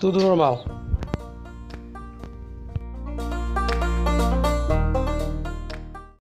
Tudo normal.